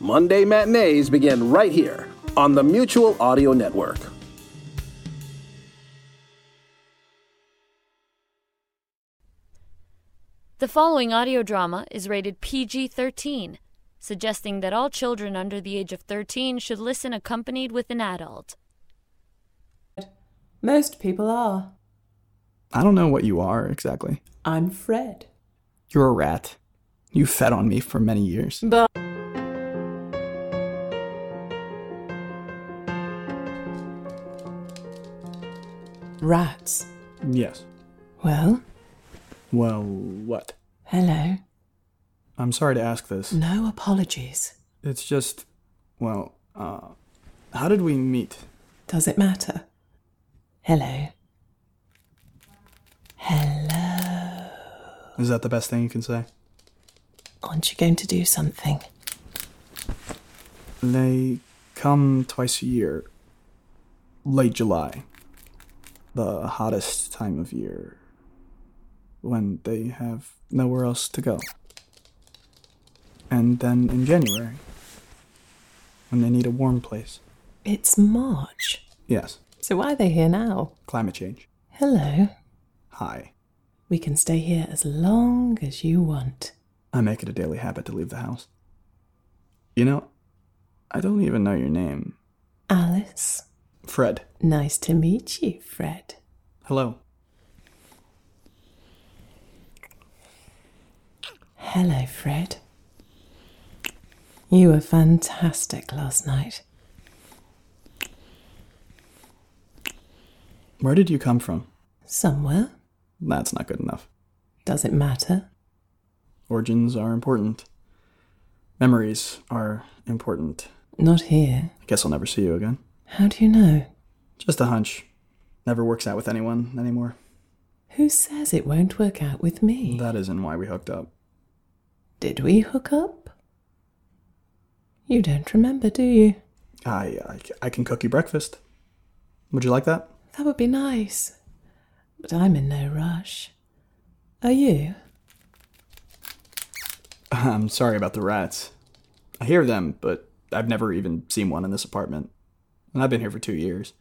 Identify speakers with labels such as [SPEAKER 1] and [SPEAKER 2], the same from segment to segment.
[SPEAKER 1] Monday matinees begin right here on the Mutual Audio Network.
[SPEAKER 2] The following audio drama is rated PG 13, suggesting that all children under the age of 13 should listen accompanied with an adult.
[SPEAKER 3] Most people are.
[SPEAKER 4] I don't know what you are exactly.
[SPEAKER 3] I'm Fred.
[SPEAKER 4] You're a rat. You fed on me for many years.
[SPEAKER 3] But rats.
[SPEAKER 4] Yes.
[SPEAKER 3] Well,
[SPEAKER 4] Well, what?
[SPEAKER 3] hello.
[SPEAKER 4] I'm sorry to ask this.
[SPEAKER 3] No apologies.
[SPEAKER 4] It's just, well, uh, how did we meet?
[SPEAKER 3] Does it matter? Hello. Hello.
[SPEAKER 4] Is that the best thing you can say?
[SPEAKER 3] Aren't you going to do something?
[SPEAKER 4] They come twice a year. Late July. The hottest time of year. When they have nowhere else to go. And then in January. When they need a warm place.
[SPEAKER 3] It's March.
[SPEAKER 4] Yes.
[SPEAKER 3] So why are they here now?
[SPEAKER 4] Climate change.
[SPEAKER 3] Hello.
[SPEAKER 4] Hi.
[SPEAKER 3] We can stay here as long as you want.
[SPEAKER 4] I make it a daily habit to leave the house. You know, I don't even know your name.
[SPEAKER 3] Alice.
[SPEAKER 4] Fred.
[SPEAKER 3] Nice to meet you, Fred.
[SPEAKER 4] Hello.
[SPEAKER 3] Hello, Fred. You were fantastic last night.
[SPEAKER 4] Where did you come from?
[SPEAKER 3] Somewhere.
[SPEAKER 4] That's not good enough.
[SPEAKER 3] Does it matter?
[SPEAKER 4] Origins are important. Memories are important.
[SPEAKER 3] Not here.
[SPEAKER 4] I guess I'll never see you again.
[SPEAKER 3] How do you know?
[SPEAKER 4] Just a hunch. Never works out with anyone anymore.
[SPEAKER 3] Who says it won't work out with me?
[SPEAKER 4] That isn't why we hooked up.
[SPEAKER 3] Did we hook up? You don't remember, do you?
[SPEAKER 4] I, I, I can cook you breakfast. Would you like that?
[SPEAKER 3] That would be nice. But I'm in no rush. Are you?
[SPEAKER 4] I'm sorry about the rats. I hear them, but I've never even seen one in this apartment. And I've been here for two years.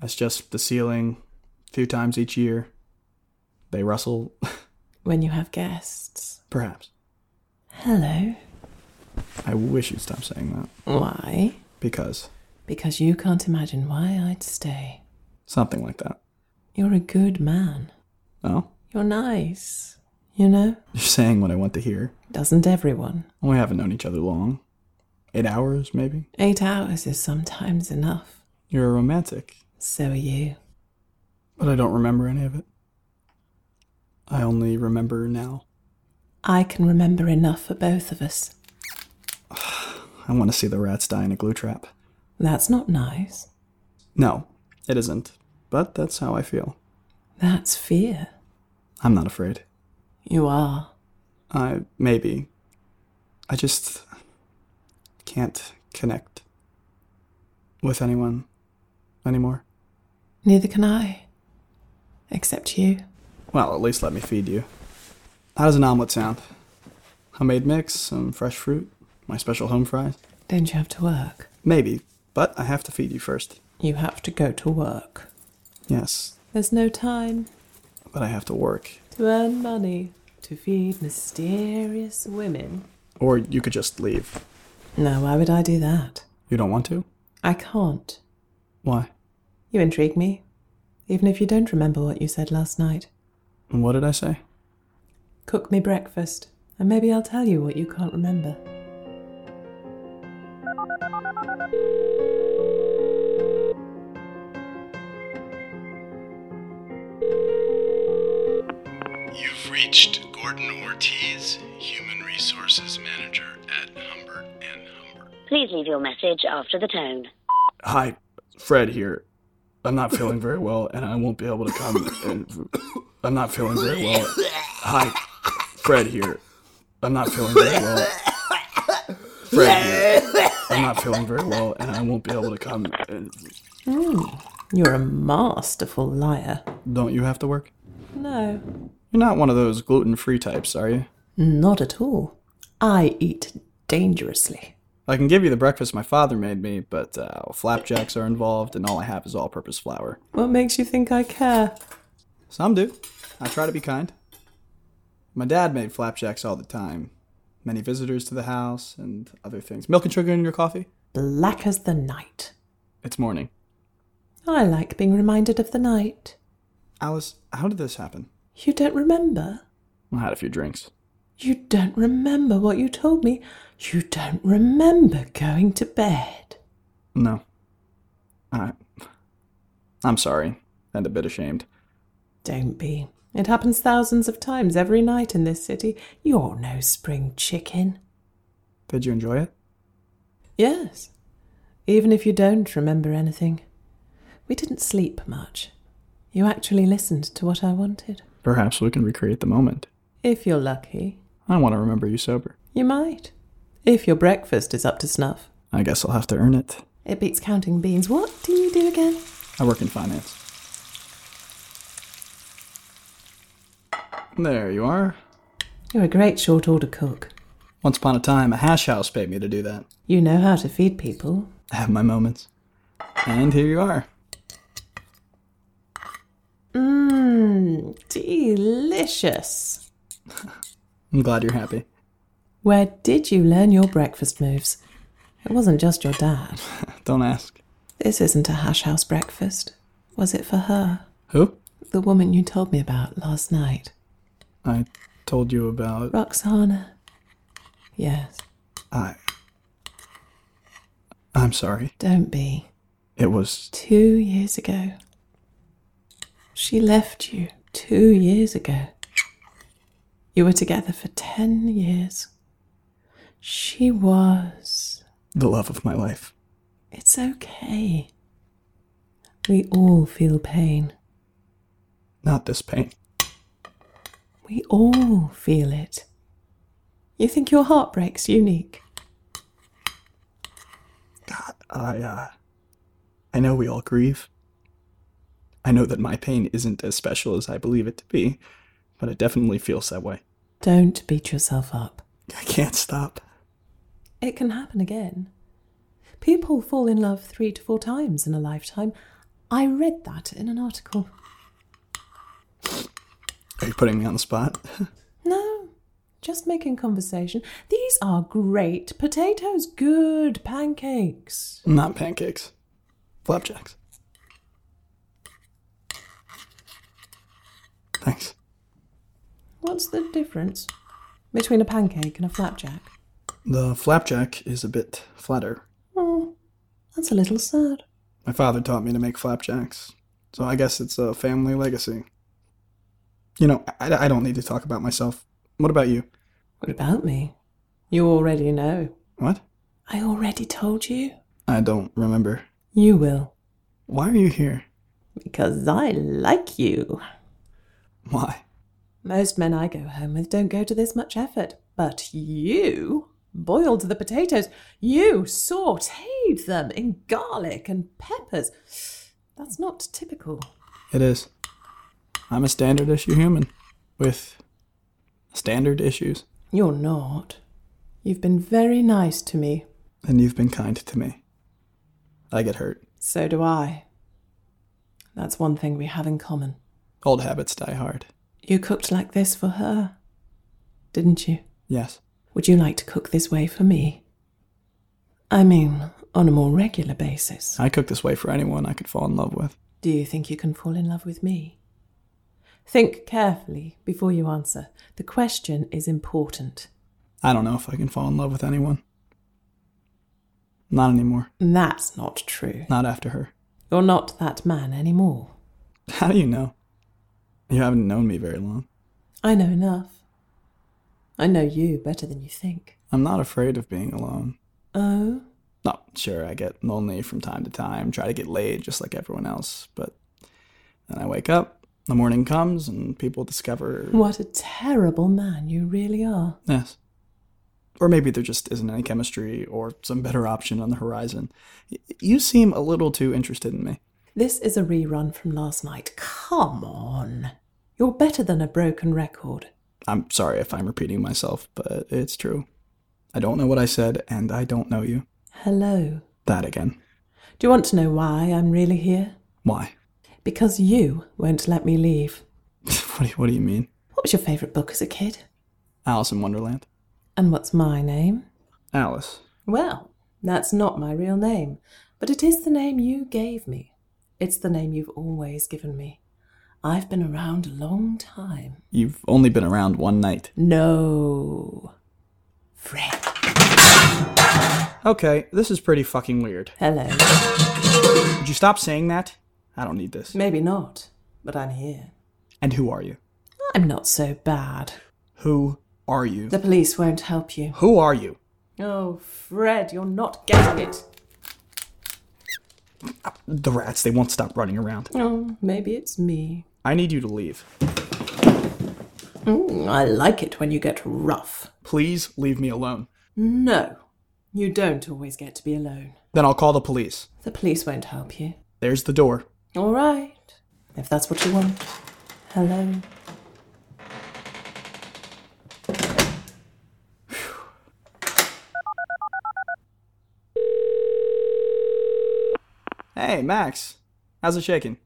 [SPEAKER 4] It's just the ceiling, a few times each year. They rustle,
[SPEAKER 3] When you have guests.
[SPEAKER 4] perhaps.
[SPEAKER 3] Hello.
[SPEAKER 4] I wish you'd stop saying that.
[SPEAKER 3] Why?
[SPEAKER 4] Because
[SPEAKER 3] Because you can't imagine why I'd stay.
[SPEAKER 4] something like that.
[SPEAKER 3] You're a good man.
[SPEAKER 4] Oh?
[SPEAKER 3] You're nice. You know?
[SPEAKER 4] You're saying what I want to hear.
[SPEAKER 3] Doesn't everyone?
[SPEAKER 4] We haven't known each other long. Eight hours, maybe?
[SPEAKER 3] Eight hours is sometimes enough.
[SPEAKER 4] You're a romantic,
[SPEAKER 3] So are you.
[SPEAKER 4] but I don't remember any of it. I only remember now.
[SPEAKER 3] I can remember enough for both of us.
[SPEAKER 4] I want to see the rats die in a glue trap.
[SPEAKER 3] That's not nice.
[SPEAKER 4] No, it isn't. But that's how I feel.
[SPEAKER 3] That's fear.
[SPEAKER 4] I'm not afraid.
[SPEAKER 3] You are.
[SPEAKER 4] I maybe. I just can't connect with anyone anymore.
[SPEAKER 3] Neither can I. Except you.
[SPEAKER 4] Well, at least let me feed you. How does an omelet sound? Homemade mix, some fresh fruit, my special home fries?
[SPEAKER 3] Don't you have to work?
[SPEAKER 4] Maybe, but I have to feed you first.
[SPEAKER 3] You have to go to work.
[SPEAKER 4] Yes,
[SPEAKER 3] There's no time
[SPEAKER 4] but I have to work.
[SPEAKER 3] to earn money to feed mysterious women.
[SPEAKER 4] Or you could just leave.
[SPEAKER 3] No, why would I do that?
[SPEAKER 4] You don't want to?
[SPEAKER 3] I can't.
[SPEAKER 4] Why?
[SPEAKER 3] You intrigue me, even if you don't remember what you said last night.
[SPEAKER 4] And what did I say?
[SPEAKER 3] Cook me breakfast, and maybe I'll tell you what you can't remember.
[SPEAKER 5] You've reached Gordon Ortiz, Human Resources Manager at Humbert and Humbert.
[SPEAKER 6] Please leave your message after the tone.
[SPEAKER 4] Hi, Fred here. I'm not feeling very well, and I won't be able to come. And I'm not feeling very well. Hi, Fred here. I'm not feeling very well. Fred here. I'm not feeling very well, and I won't be able to come. And
[SPEAKER 3] You're a masterful liar.
[SPEAKER 4] don't you have to work?
[SPEAKER 3] No,
[SPEAKER 4] You're not one of those gluten-free types, are you?
[SPEAKER 3] not at all. I eat dangerously.
[SPEAKER 4] I can give you the breakfast my father made me, but uh, flapjacks are involved, and all I have is all purpose flour.
[SPEAKER 3] What makes you think I care?
[SPEAKER 4] Some do. I try to be kind. My dad made flapjacks all the time. Many visitors to the house and other things. Milk and sugar in your coffee?
[SPEAKER 3] Black as the night.
[SPEAKER 4] It's morning.
[SPEAKER 3] I like being reminded of the night.
[SPEAKER 4] Alice, how did this happen?
[SPEAKER 3] You don't remember?
[SPEAKER 4] I had a few drinks.
[SPEAKER 3] You don't remember what you told me? You don't remember going to bed.
[SPEAKER 4] No. I. I'm sorry, and a bit ashamed.
[SPEAKER 3] Don't be. It happens thousands of times every night in this city. You're no spring chicken.
[SPEAKER 4] Did you enjoy it?
[SPEAKER 3] Yes. Even if you don't remember anything. We didn't sleep much. You actually listened to what I wanted.
[SPEAKER 4] Perhaps we can recreate the moment.
[SPEAKER 3] If you're lucky,
[SPEAKER 4] I want to remember you sober.
[SPEAKER 3] you might. If your breakfast is up to snuff.
[SPEAKER 4] I guess I'll have to earn it.
[SPEAKER 3] It beats counting beans. What do you do again?
[SPEAKER 4] I work in finance. There you are.
[SPEAKER 3] You're a great short order cook.
[SPEAKER 4] Once upon a time, a hash house paid me to do that.
[SPEAKER 3] You know how to feed people.
[SPEAKER 4] I have my moments. And here you are.
[SPEAKER 3] Mmm, delicious.
[SPEAKER 4] I'm glad you're happy.
[SPEAKER 3] Where did you learn your breakfast moves? It wasn't just your dad.
[SPEAKER 4] Don't ask.
[SPEAKER 3] This isn't a hash house breakfast. Was it for her?
[SPEAKER 4] Who?
[SPEAKER 3] The woman you told me about last night.
[SPEAKER 4] I told you about.
[SPEAKER 3] Roxana. Yes,
[SPEAKER 4] I. I'm sorry.
[SPEAKER 3] don't be.
[SPEAKER 4] It was.
[SPEAKER 3] Two years ago. She left you two years ago. You were together for ten years. She was.
[SPEAKER 4] the love of my life.
[SPEAKER 3] It's okay. We all feel pain.
[SPEAKER 4] Not this pain.
[SPEAKER 3] We all feel it. You think your heartbreak's unique?
[SPEAKER 4] God, I, uh. I know we all grieve. I know that my pain isn't as special as I believe it to be, but it definitely feels that way.
[SPEAKER 3] Don't beat yourself up.
[SPEAKER 4] I can't stop.
[SPEAKER 3] It can happen again. People fall in love three to four times in a lifetime. I read that in an article.
[SPEAKER 4] Are you putting me on the spot?
[SPEAKER 3] No, just making conversation. These are great potatoes, good pancakes.
[SPEAKER 4] Not pancakes. Flapjacks. Thanks.
[SPEAKER 3] What's the difference between a pancake and a flapjack?
[SPEAKER 4] The flapjack is a bit flatter.
[SPEAKER 3] Oh, that's a little sad.
[SPEAKER 4] My father taught me to make flapjacks, so I guess it's a family legacy. You know, I, I don't need to talk about myself. What about you?
[SPEAKER 3] What about me? You already know.
[SPEAKER 4] What?
[SPEAKER 3] I already told you.
[SPEAKER 4] I don't remember.
[SPEAKER 3] You will.
[SPEAKER 4] Why are you here?
[SPEAKER 3] Because I like you.
[SPEAKER 4] Why?
[SPEAKER 3] Most men I go home with don't go to this much effort, but you boiled the potatoes, you sauteed them in garlic and peppers. That's not typical.
[SPEAKER 4] It is. I'm a standard issue human with standard issues,
[SPEAKER 3] You're not. You've been very nice to me.
[SPEAKER 4] and you've been kind to me. I get hurt.
[SPEAKER 3] So do I. That's one thing we have in common.
[SPEAKER 4] Old habits die hard.
[SPEAKER 3] You cooked like this for her, didn't you?
[SPEAKER 4] Yes.
[SPEAKER 3] Would you like to cook this way for me? I mean, on a more regular basis.
[SPEAKER 4] I cook this way for anyone I could fall in love with.
[SPEAKER 3] Do you think you can fall in love with me? Think carefully before you answer. The question is important.
[SPEAKER 4] I don't know if I can fall in love with anyone. Not anymore.
[SPEAKER 3] That's not true.
[SPEAKER 4] Not after her.
[SPEAKER 3] You're not that man anymore.
[SPEAKER 4] How do you know? You haven't known me very long.
[SPEAKER 3] I know enough. I know you better than you think.
[SPEAKER 4] I'm not afraid of being alone.
[SPEAKER 3] Oh,
[SPEAKER 4] Not sure, I get lonely from time to time, try to get laid just like everyone else, but then I wake up, the morning comes, and people discover.
[SPEAKER 3] what a terrible man you really are.
[SPEAKER 4] Yes. Or maybe there just isn't any chemistry or some better option on the horizon. Y- You seem a little too interested in me.
[SPEAKER 3] This is a rerun from last night. Come on. You're better than a broken record.
[SPEAKER 4] I'm sorry if I'm repeating myself, but it's true. I don't know what I said, and I don't know you.
[SPEAKER 3] Hello.
[SPEAKER 4] That again.
[SPEAKER 3] Do you want to know why I'm really here?
[SPEAKER 4] Why?
[SPEAKER 3] Because you won't let me leave.
[SPEAKER 4] what, do you, what do you mean?
[SPEAKER 3] What was your favourite book as a kid?
[SPEAKER 4] Alice in Wonderland.
[SPEAKER 3] And what's my name?
[SPEAKER 4] Alice.
[SPEAKER 3] Well, that's not my real name, but it is the name you gave me. It's the name you've always given me. I've been around a long time.
[SPEAKER 4] You've only been around one night.
[SPEAKER 3] No. Fred.
[SPEAKER 4] Okay, this is pretty fucking weird.
[SPEAKER 3] Hello.
[SPEAKER 4] Would you stop saying that? I don't need this.
[SPEAKER 3] Maybe not, but I'm here.
[SPEAKER 4] And who are you?
[SPEAKER 3] I'm not so bad.
[SPEAKER 4] Who are you?
[SPEAKER 3] The police won't help you.
[SPEAKER 4] Who are you?
[SPEAKER 3] Oh, Fred, you're not getting it.
[SPEAKER 4] The rats, they won't stop running around.
[SPEAKER 3] Oh, maybe it's me.
[SPEAKER 4] I need you to leave.
[SPEAKER 3] Mm, I like it when you get rough.
[SPEAKER 4] Please leave me alone.
[SPEAKER 3] No, you don't always get to be alone.
[SPEAKER 4] Then I'll call the police.
[SPEAKER 3] The police won't help you.
[SPEAKER 4] There's the door.
[SPEAKER 3] All right, if that's what you want. Hello.
[SPEAKER 4] Hey, Max. How's it shaking?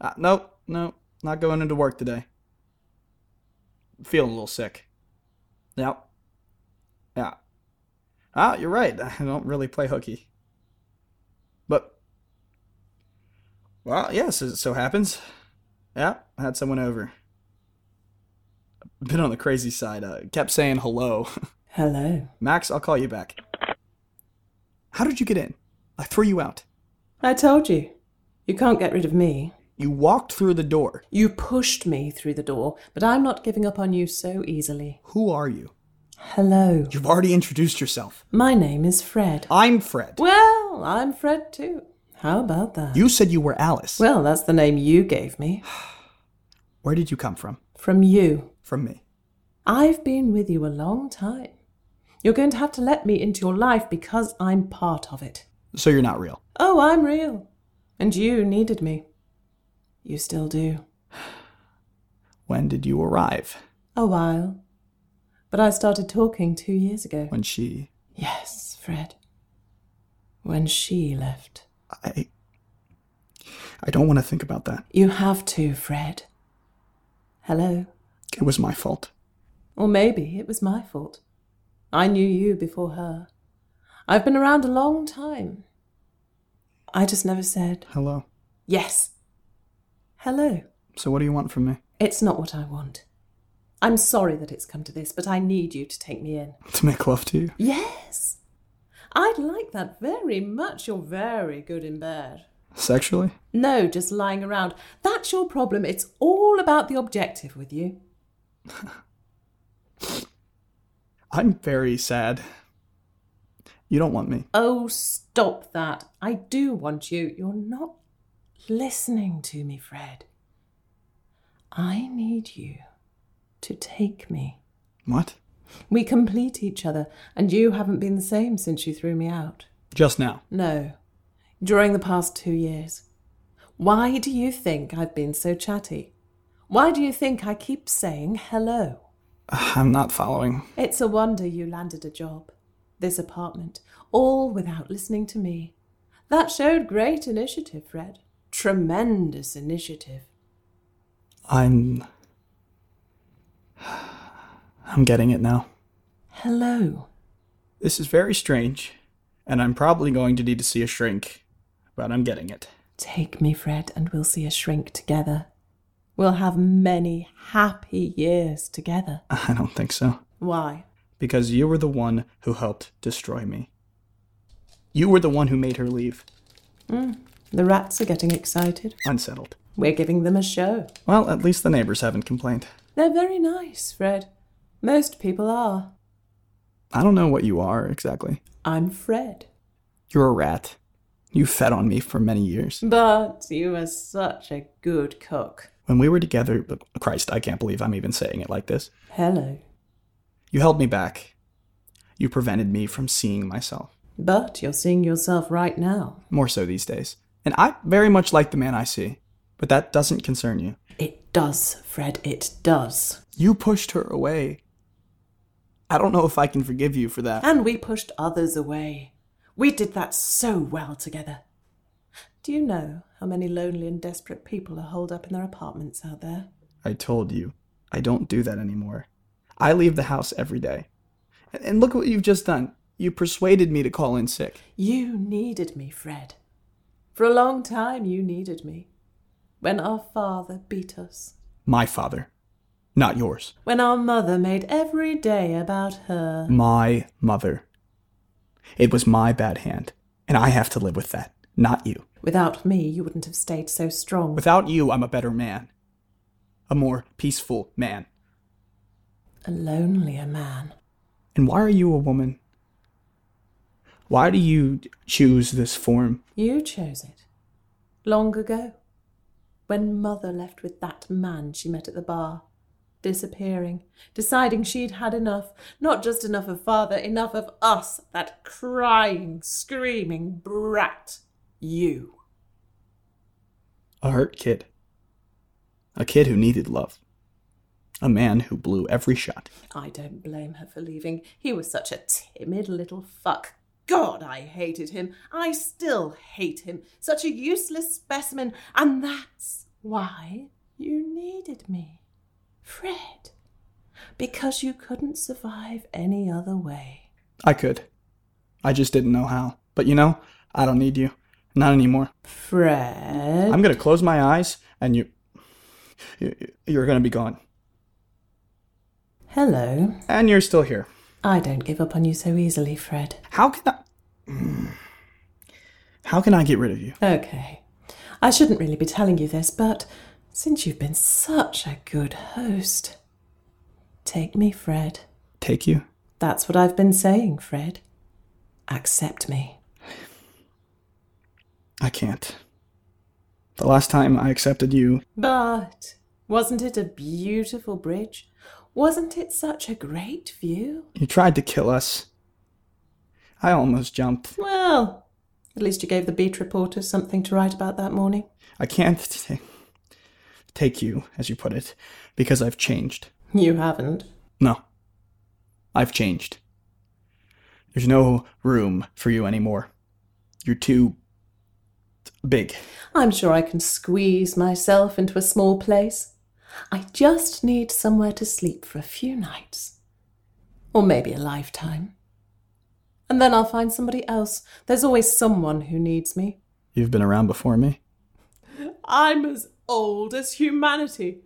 [SPEAKER 4] Uh, nope, nope. Not going into work today. Feeling a little sick. Yep. Yeah. Ah, you're right. I don't really play hooky. But. Well, yes, it so happens. Yeah, I had someone over. Been on the crazy side. Uh, kept saying hello.
[SPEAKER 3] Hello.
[SPEAKER 4] Max, I'll call you back. How did you get in? I threw you out.
[SPEAKER 3] I told you. You can't get rid of me.
[SPEAKER 4] You walked through the door.
[SPEAKER 3] You pushed me through the door, but I'm not giving up on you so easily.
[SPEAKER 4] Who are you?
[SPEAKER 3] Hello.
[SPEAKER 4] You've already introduced yourself.
[SPEAKER 3] My name is Fred.
[SPEAKER 4] I'm Fred.
[SPEAKER 3] Well, I'm Fred too. How about that?
[SPEAKER 4] You said you were Alice.
[SPEAKER 3] Well, that's the name you gave me.
[SPEAKER 4] Where did you come from?
[SPEAKER 3] From you.
[SPEAKER 4] From me.
[SPEAKER 3] I've been with you a long time. You're going to have to let me into your life because I'm part of it.
[SPEAKER 4] So you're not real.
[SPEAKER 3] Oh, I'm real. And you needed me. You still do.
[SPEAKER 4] When did you arrive?
[SPEAKER 3] A while. But I started talking two years ago.
[SPEAKER 4] When she.
[SPEAKER 3] Yes, Fred. When she left.
[SPEAKER 4] I. I don't want to think about that.
[SPEAKER 3] You have to, Fred. Hello.
[SPEAKER 4] It was my fault.
[SPEAKER 3] Or maybe it was my fault. I knew you before her. I've been around a long time. I just never said,
[SPEAKER 4] Hello.
[SPEAKER 3] yes. Hello.
[SPEAKER 4] So what do you want from me?
[SPEAKER 3] It's not what I want. I'm sorry that it's come to this, but I need you to take me in.
[SPEAKER 4] To make love to you?
[SPEAKER 3] Yes. I'd like that very much. You're very good in bed.
[SPEAKER 4] Sexually?
[SPEAKER 3] No, just lying around. That's your problem. It's all about the objective with you.
[SPEAKER 4] I'm very sad. You don't want me.
[SPEAKER 3] Oh, stop that. I do want you. You're not listening to me, Fred. I need you to take me.
[SPEAKER 4] What?
[SPEAKER 3] We complete each other, and you haven't been the same since you threw me out.
[SPEAKER 4] Just now.
[SPEAKER 3] No, during the past two years. Why do you think I've been so chatty? Why do you think I keep saying hello?
[SPEAKER 4] I'm not following.
[SPEAKER 3] It's a wonder you landed a job, this apartment, all without listening to me. That showed great initiative, Fred. Tremendous initiative.
[SPEAKER 4] I'm. I'm getting it now.
[SPEAKER 3] Hello.
[SPEAKER 4] This is very strange, and I'm probably going to need to see a shrink, but I'm getting it.
[SPEAKER 3] Take me, Fred, and we'll see a shrink together. We'll have many happy years together.
[SPEAKER 4] I don't think so.
[SPEAKER 3] Why?
[SPEAKER 4] Because you were the one who helped destroy me. You were the one who made her leave.
[SPEAKER 3] Mm, The rats are getting excited.
[SPEAKER 4] Unsettled.
[SPEAKER 3] We're giving them a show.
[SPEAKER 4] Well, at least the neighbors haven't complained.
[SPEAKER 3] They're very nice, Fred. Most people are.
[SPEAKER 4] I don't know what you are exactly.
[SPEAKER 3] I'm Fred.
[SPEAKER 4] You're a rat. You fed on me for many years.
[SPEAKER 3] But you are such a good cook.
[SPEAKER 4] When we were together, Christ, I can't believe I'm even saying it like this.
[SPEAKER 3] Hello.
[SPEAKER 4] You held me back. You prevented me from seeing myself.
[SPEAKER 3] But you're seeing yourself right now.
[SPEAKER 4] more so these days. And I very much like the man I see, but that doesn't concern you.
[SPEAKER 3] It does, Fred, it does.
[SPEAKER 4] You pushed her away. I don't know if I can forgive you for that.
[SPEAKER 3] And we pushed others away. We did that so well together. Do you know how many lonely and desperate people are holed up in their apartments out there?
[SPEAKER 4] I told you, I don't do that anymore. I leave the house every day. And- And look what you've just done. You persuaded me to call in sick.
[SPEAKER 3] You needed me, Fred. For a long time, you needed me. When our father beat us,
[SPEAKER 4] My father, not yours.
[SPEAKER 3] when our mother made every day about her.
[SPEAKER 4] My mother. It was my bad hand, and I have to live with that, not you.
[SPEAKER 3] Without me, you wouldn't have stayed so strong.
[SPEAKER 4] Without you, I'm a better man, a more peaceful man.
[SPEAKER 3] a lonelier man.
[SPEAKER 4] And why are you a woman? Why do you choose this form?
[SPEAKER 3] You chose it. Long ago. When Mother left with that man she met at the bar. Disappearing. Deciding she'd had enough. Not just enough of Father, enough of us. That crying, screaming brat. You.
[SPEAKER 4] A hurt kid. A kid who needed love. A man who blew every shot.
[SPEAKER 3] I don't blame her for leaving. He was such a timid little fuck. God, I hated him. I still hate him. Such a useless specimen. And that's why you needed me. Fred. Because you couldn't survive any other way.
[SPEAKER 4] I could. I just didn't know how. But you know, I don't need you. Not anymore.
[SPEAKER 3] Fred.
[SPEAKER 4] I'm gonna close my eyes and you. you- You're gonna be gone.
[SPEAKER 3] Hello.
[SPEAKER 4] And you're still here.
[SPEAKER 3] I don't give up on you so easily, Fred.
[SPEAKER 4] How can I. How can I get rid of you?
[SPEAKER 3] Okay. I shouldn't really be telling you this, but since you've been such a good host, take me, Fred.
[SPEAKER 4] Take you?
[SPEAKER 3] That's what I've been saying, Fred. Accept me.
[SPEAKER 4] I can't. The last time I accepted you,
[SPEAKER 3] But wasn't it a beautiful bridge? Wasn't it such a great view?
[SPEAKER 4] you tried to kill us. I almost jumped.
[SPEAKER 3] Well, at least you gave the beat reporters something to write about that morning.
[SPEAKER 4] I can't t- take you, as you put it, because I've changed.
[SPEAKER 3] You haven't.
[SPEAKER 4] No. I've changed. There's no room for you anymore. You're too big.
[SPEAKER 3] I'm sure I can squeeze myself into a small place. I just need somewhere to sleep for a few nights. Or maybe a lifetime. And then I'll find somebody else. There's always someone who needs me.
[SPEAKER 4] You've been around before me.
[SPEAKER 3] I'm as old as humanity.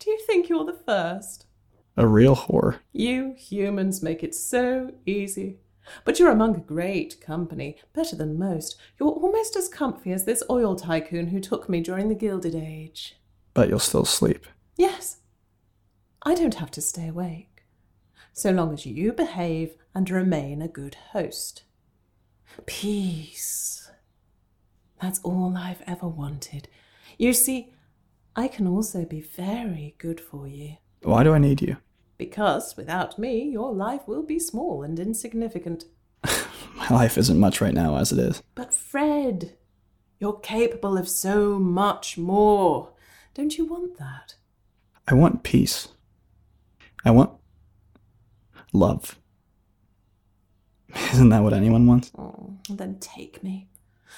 [SPEAKER 3] Do you think you're the first?
[SPEAKER 4] A real whore.
[SPEAKER 3] You humans make it so easy. But you're among a great company, better than most. You're almost as comfy as this oil tycoon who took me during the Gilded Age.
[SPEAKER 4] But you'll still sleep.
[SPEAKER 3] Yes. I don't have to stay awake, so long as you behave and remain a good host. Peace. That's all I've ever wanted. You see, I can also be very good for you,
[SPEAKER 4] Why do I need you?
[SPEAKER 3] because without me, your life will be small and insignificant.
[SPEAKER 4] My life isn't much right now as it is.
[SPEAKER 3] But, Fred, you're capable of so much more. Don't you want that?
[SPEAKER 4] I want peace. I want love. Isn't that what anyone wants?
[SPEAKER 3] Oh, then take me.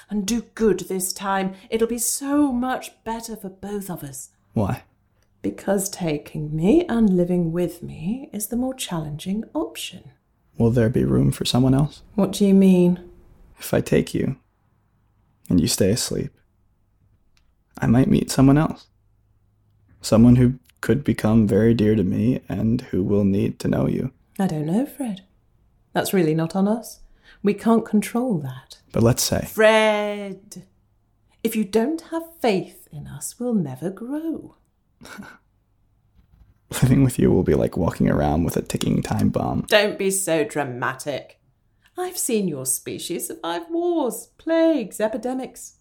[SPEAKER 3] And do good this time. It'll be so much better for both of us.
[SPEAKER 4] Why?
[SPEAKER 3] Because taking me and living with me is the more challenging option.
[SPEAKER 4] Will there be room for someone else?
[SPEAKER 3] What do you mean?
[SPEAKER 4] If I take you and you stay asleep, I might meet someone else. Someone who could become very dear to me and who will need to know you.
[SPEAKER 3] I don't know, Fred. That's really not on us. We can't control that.
[SPEAKER 4] But let's say,
[SPEAKER 3] Fred! If you don't have faith in us, we'll never grow.
[SPEAKER 4] living with you will be like walking around with a ticking time bomb.
[SPEAKER 3] Don't be so dramatic. I've seen your species survive wars, plagues, epidemics.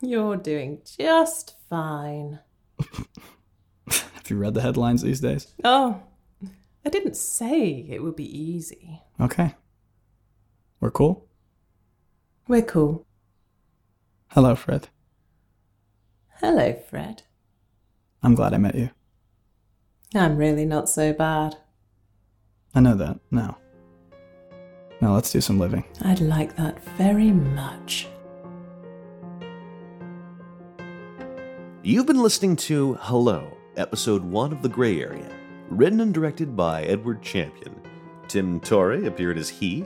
[SPEAKER 3] You're doing just fine.
[SPEAKER 4] Have you read the headlines these days?
[SPEAKER 3] Oh, I didn't say it would be easy.
[SPEAKER 4] Okay. We're cool?
[SPEAKER 3] We're cool.
[SPEAKER 4] Hello, Fred.
[SPEAKER 3] Hello, Fred.
[SPEAKER 4] I'm glad I met you.
[SPEAKER 3] I'm really not so bad.
[SPEAKER 7] I know that now. Now let's do some living.
[SPEAKER 3] I'd like that very much.
[SPEAKER 8] You've been listening to Hello, episode one of The Gray Area, written and directed by Edward Champion. Tim Torrey appeared as he,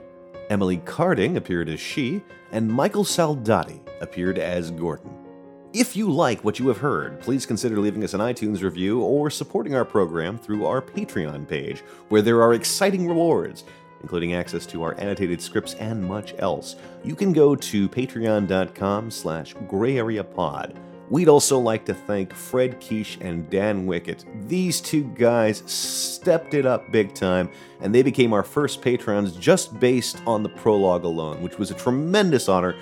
[SPEAKER 8] Emily Carding appeared as she, and Michael Saldati appeared as Gordon. If you like what you have heard, please consider leaving us an iTunes review or supporting our program through our Patreon page, where there are exciting rewards, including access to our annotated scripts and much else. You can go to patreon.com slash grayareapod. We'd also like to thank Fred Keish and Dan Wickett. These two guys stepped it up big time, and they became our first patrons just based on the prologue alone, which was a tremendous honor.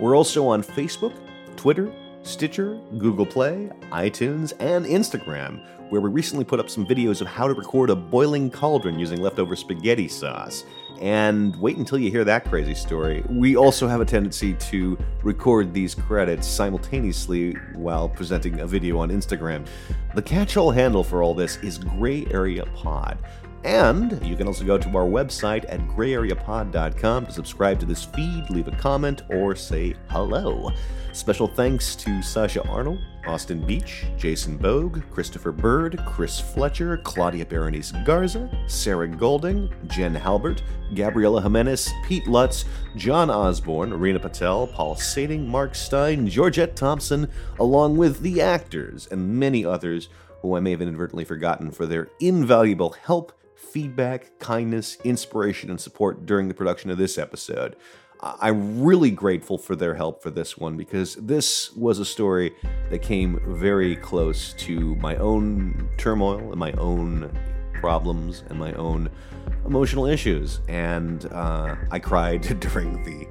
[SPEAKER 8] We're also on Facebook, Twitter, Stitcher, Google Play, iTunes, and Instagram, where we recently put up some videos of how to record a boiling cauldron using leftover spaghetti sauce. And wait until you hear that crazy story. We also have a tendency to record these credits simultaneously while presenting a video on Instagram. The catch all handle for all this is Gray Area Pod. And you can also go to our website at grayareapod.com to subscribe to this feed, leave a comment, or say hello. Special thanks to Sasha Arnold, Austin Beach, Jason Bogue, Christopher Bird, Chris Fletcher, Claudia Berenice Garza, Sarah Golding, Jen Halbert, Gabriela Jimenez, Pete Lutz, John Osborne, Rena Patel, Paul Sading, Mark Stein, Georgette Thompson, along with the actors and many others who I may have inadvertently forgotten for their invaluable help, feedback, kindness, inspiration, and support during the production of this episode. I- I'm really grateful for their help for this one because this was a story that came very close to my own turmoil and my own problems and my own emotional issues. And uh, I cried during the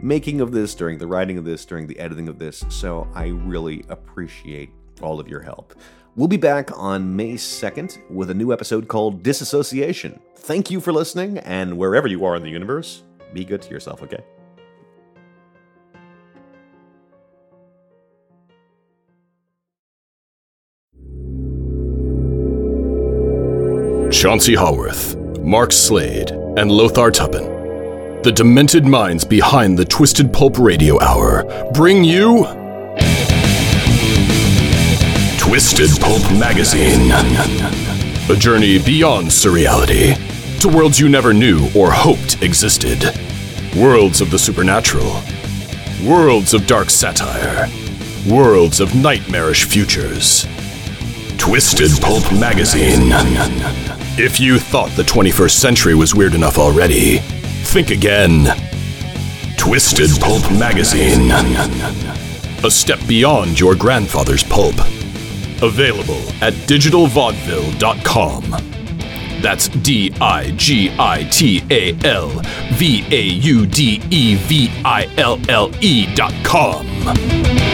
[SPEAKER 8] making of this, during the writing of this, during the editing of this. So I really appreciate all of your help. We'll be back on May 2nd with a new episode called Disassociation. Thank you for listening, and wherever you are in the universe, be good to yourself, okay?
[SPEAKER 9] Chauncey Haworth, Mark Slade, and Lothar Tuppen, the demented minds behind the Twisted Pulp Radio Hour, bring you Twisted Pulp Magazine. A journey beyond surreality to worlds you never knew or hoped existed. Worlds of the supernatural. Worlds of dark satire. Worlds of nightmarish futures. Twisted Pulp Magazine. If you thought the 21st century was weird enough already, think again. Twisted Pulp Magazine. A step beyond your grandfather's pulp. Available at digitalvaudeville.com. That's D I G I T A L V A U D E V I L L E dot com.